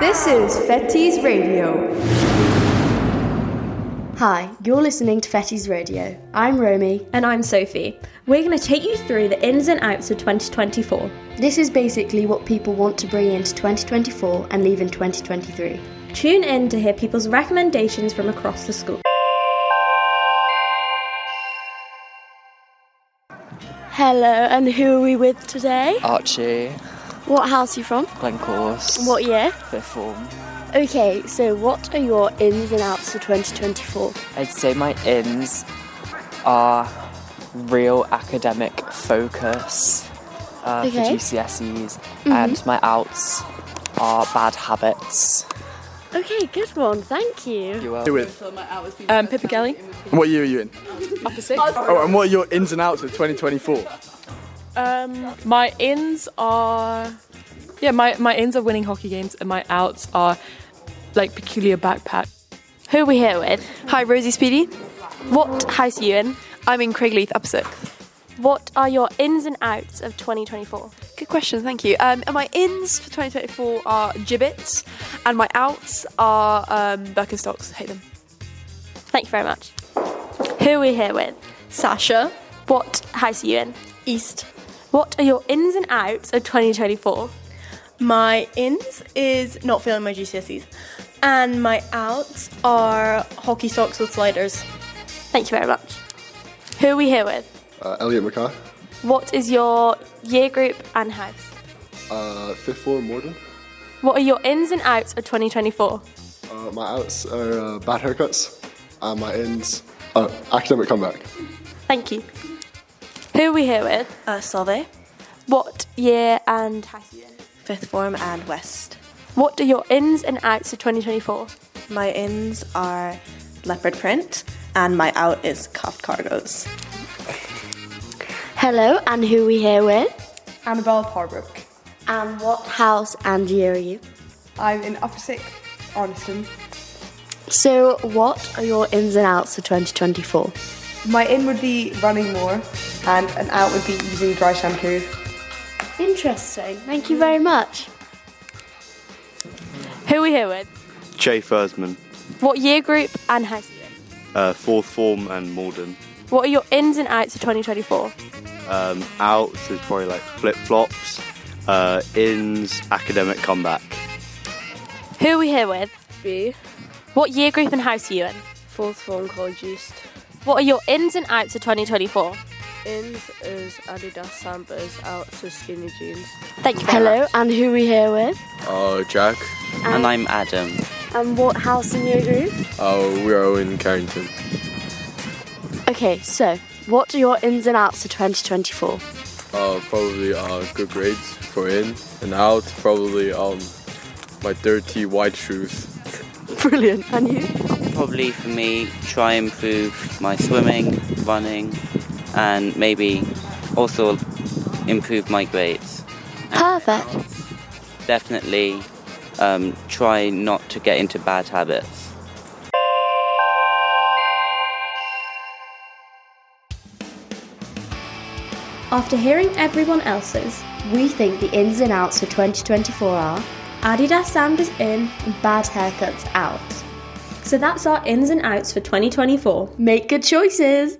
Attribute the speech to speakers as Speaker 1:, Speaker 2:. Speaker 1: This is Fetty's Radio.
Speaker 2: Hi, you're listening to Fetty's Radio. I'm Romy.
Speaker 3: And I'm Sophie. We're going to take you through the ins and outs of 2024.
Speaker 2: This is basically what people want to bring into 2024 and leave in 2023.
Speaker 3: Tune in to hear people's recommendations from across the school.
Speaker 4: Hello, and who are we with today?
Speaker 5: Archie,
Speaker 4: What house are you from?
Speaker 5: Glencorse.
Speaker 4: What year?
Speaker 5: Fifth form.
Speaker 4: Okay, so what are your ins and outs for 2024?
Speaker 5: I'd say my ins are real academic focus uh, for
Speaker 4: Okay. Mm-hmm.
Speaker 5: GCSEs, and my outs are bad habits.
Speaker 4: Okay, good one, thank you.
Speaker 5: You are.
Speaker 6: do with?
Speaker 7: Um, Pippa Gelly,
Speaker 6: What year are you in?
Speaker 7: upper six.
Speaker 6: Oh, and what are your ins and outs of 2024?
Speaker 7: Um, my ins are, yeah, my, my ins are winning hockey games, and my outs are like peculiar backpack.
Speaker 4: Who are we here with?
Speaker 8: Hi, Rosie Speedy.
Speaker 4: What house are you in?
Speaker 8: I'm in Craigleith, Upper Sixth.
Speaker 4: What are your ins and outs of 2024?
Speaker 8: Good question, thank you. Um, and my ins for 2024 are gibbets, and my outs are um, Birkenstocks. Hate them.
Speaker 4: Thank you very much. Who are we here with?
Speaker 9: Sasha.
Speaker 4: What house are you in?
Speaker 9: East.
Speaker 4: What are your ins and outs of 2024?
Speaker 9: My ins is not failing my GCSEs. And my outs are hockey socks with sliders.
Speaker 4: Thank you very much. Who are we here with?
Speaker 10: Uh, Elliot McCar,
Speaker 4: What is your year group and house?
Speaker 10: uh, fifth form Morden.
Speaker 4: What are your ins and outs of 2024?
Speaker 10: Uh, my outs are uh, bad haircuts, and my ins are academic comeback.
Speaker 4: Thank you. Who are we here with?
Speaker 11: Uh, Solvay,
Speaker 4: What year and house are you in?
Speaker 11: fifth form, and West.
Speaker 4: What are your ins and outs of 2024?
Speaker 11: My ins are leopard print, and my out is cuffed cargos.
Speaker 2: Hello, and who are we here with?
Speaker 9: Annabelle Parbrook.
Speaker 2: And what house and year are you?
Speaker 9: I'm in Upper Sick, Arniston.
Speaker 2: So, what are your ins and outs for 2024?
Speaker 9: My in would be running more, and an out would be using dry shampoo.
Speaker 2: Interesting. Thank you very much.
Speaker 4: Who are we here with?
Speaker 12: Jay Fursman,
Speaker 4: What year group and house are you in?
Speaker 12: uh, fourth form and Morden.
Speaker 4: What are your ins and outs of 2024?
Speaker 12: Um, outs is probably like flip flops. Uh, ins, academic comeback.
Speaker 4: Who are we here with?
Speaker 11: B,
Speaker 4: What year group and house are you in?
Speaker 11: fourth form, college east.
Speaker 4: What are your ins and outs of 2024?
Speaker 11: Ins is Adidas Sambas, outs is skinny jeans.
Speaker 4: Thank you very much.
Speaker 2: Hello, and who are we here with?
Speaker 6: Oh, Jack.
Speaker 2: And
Speaker 5: I'm Adam.
Speaker 2: And what house and year group?
Speaker 6: Oh, we are all in Carrington.
Speaker 2: Okay, so, what are your ins and outs for 2024?
Speaker 6: Uh, probably uh, good grades for in and out. Probably um, my dirty white shoes.
Speaker 2: Brilliant. And you?
Speaker 5: Probably for me, try improve my swimming, running, and maybe also improve my grades.
Speaker 2: Perfect.
Speaker 5: Definitely um, try not to get into bad habits.
Speaker 3: After hearing everyone else's,
Speaker 2: We think the ins and outs for 2024 are
Speaker 3: Adidas Sanders in,
Speaker 2: bad haircuts out.
Speaker 3: so that's our ins and outs for 2024.
Speaker 2: Make good choices.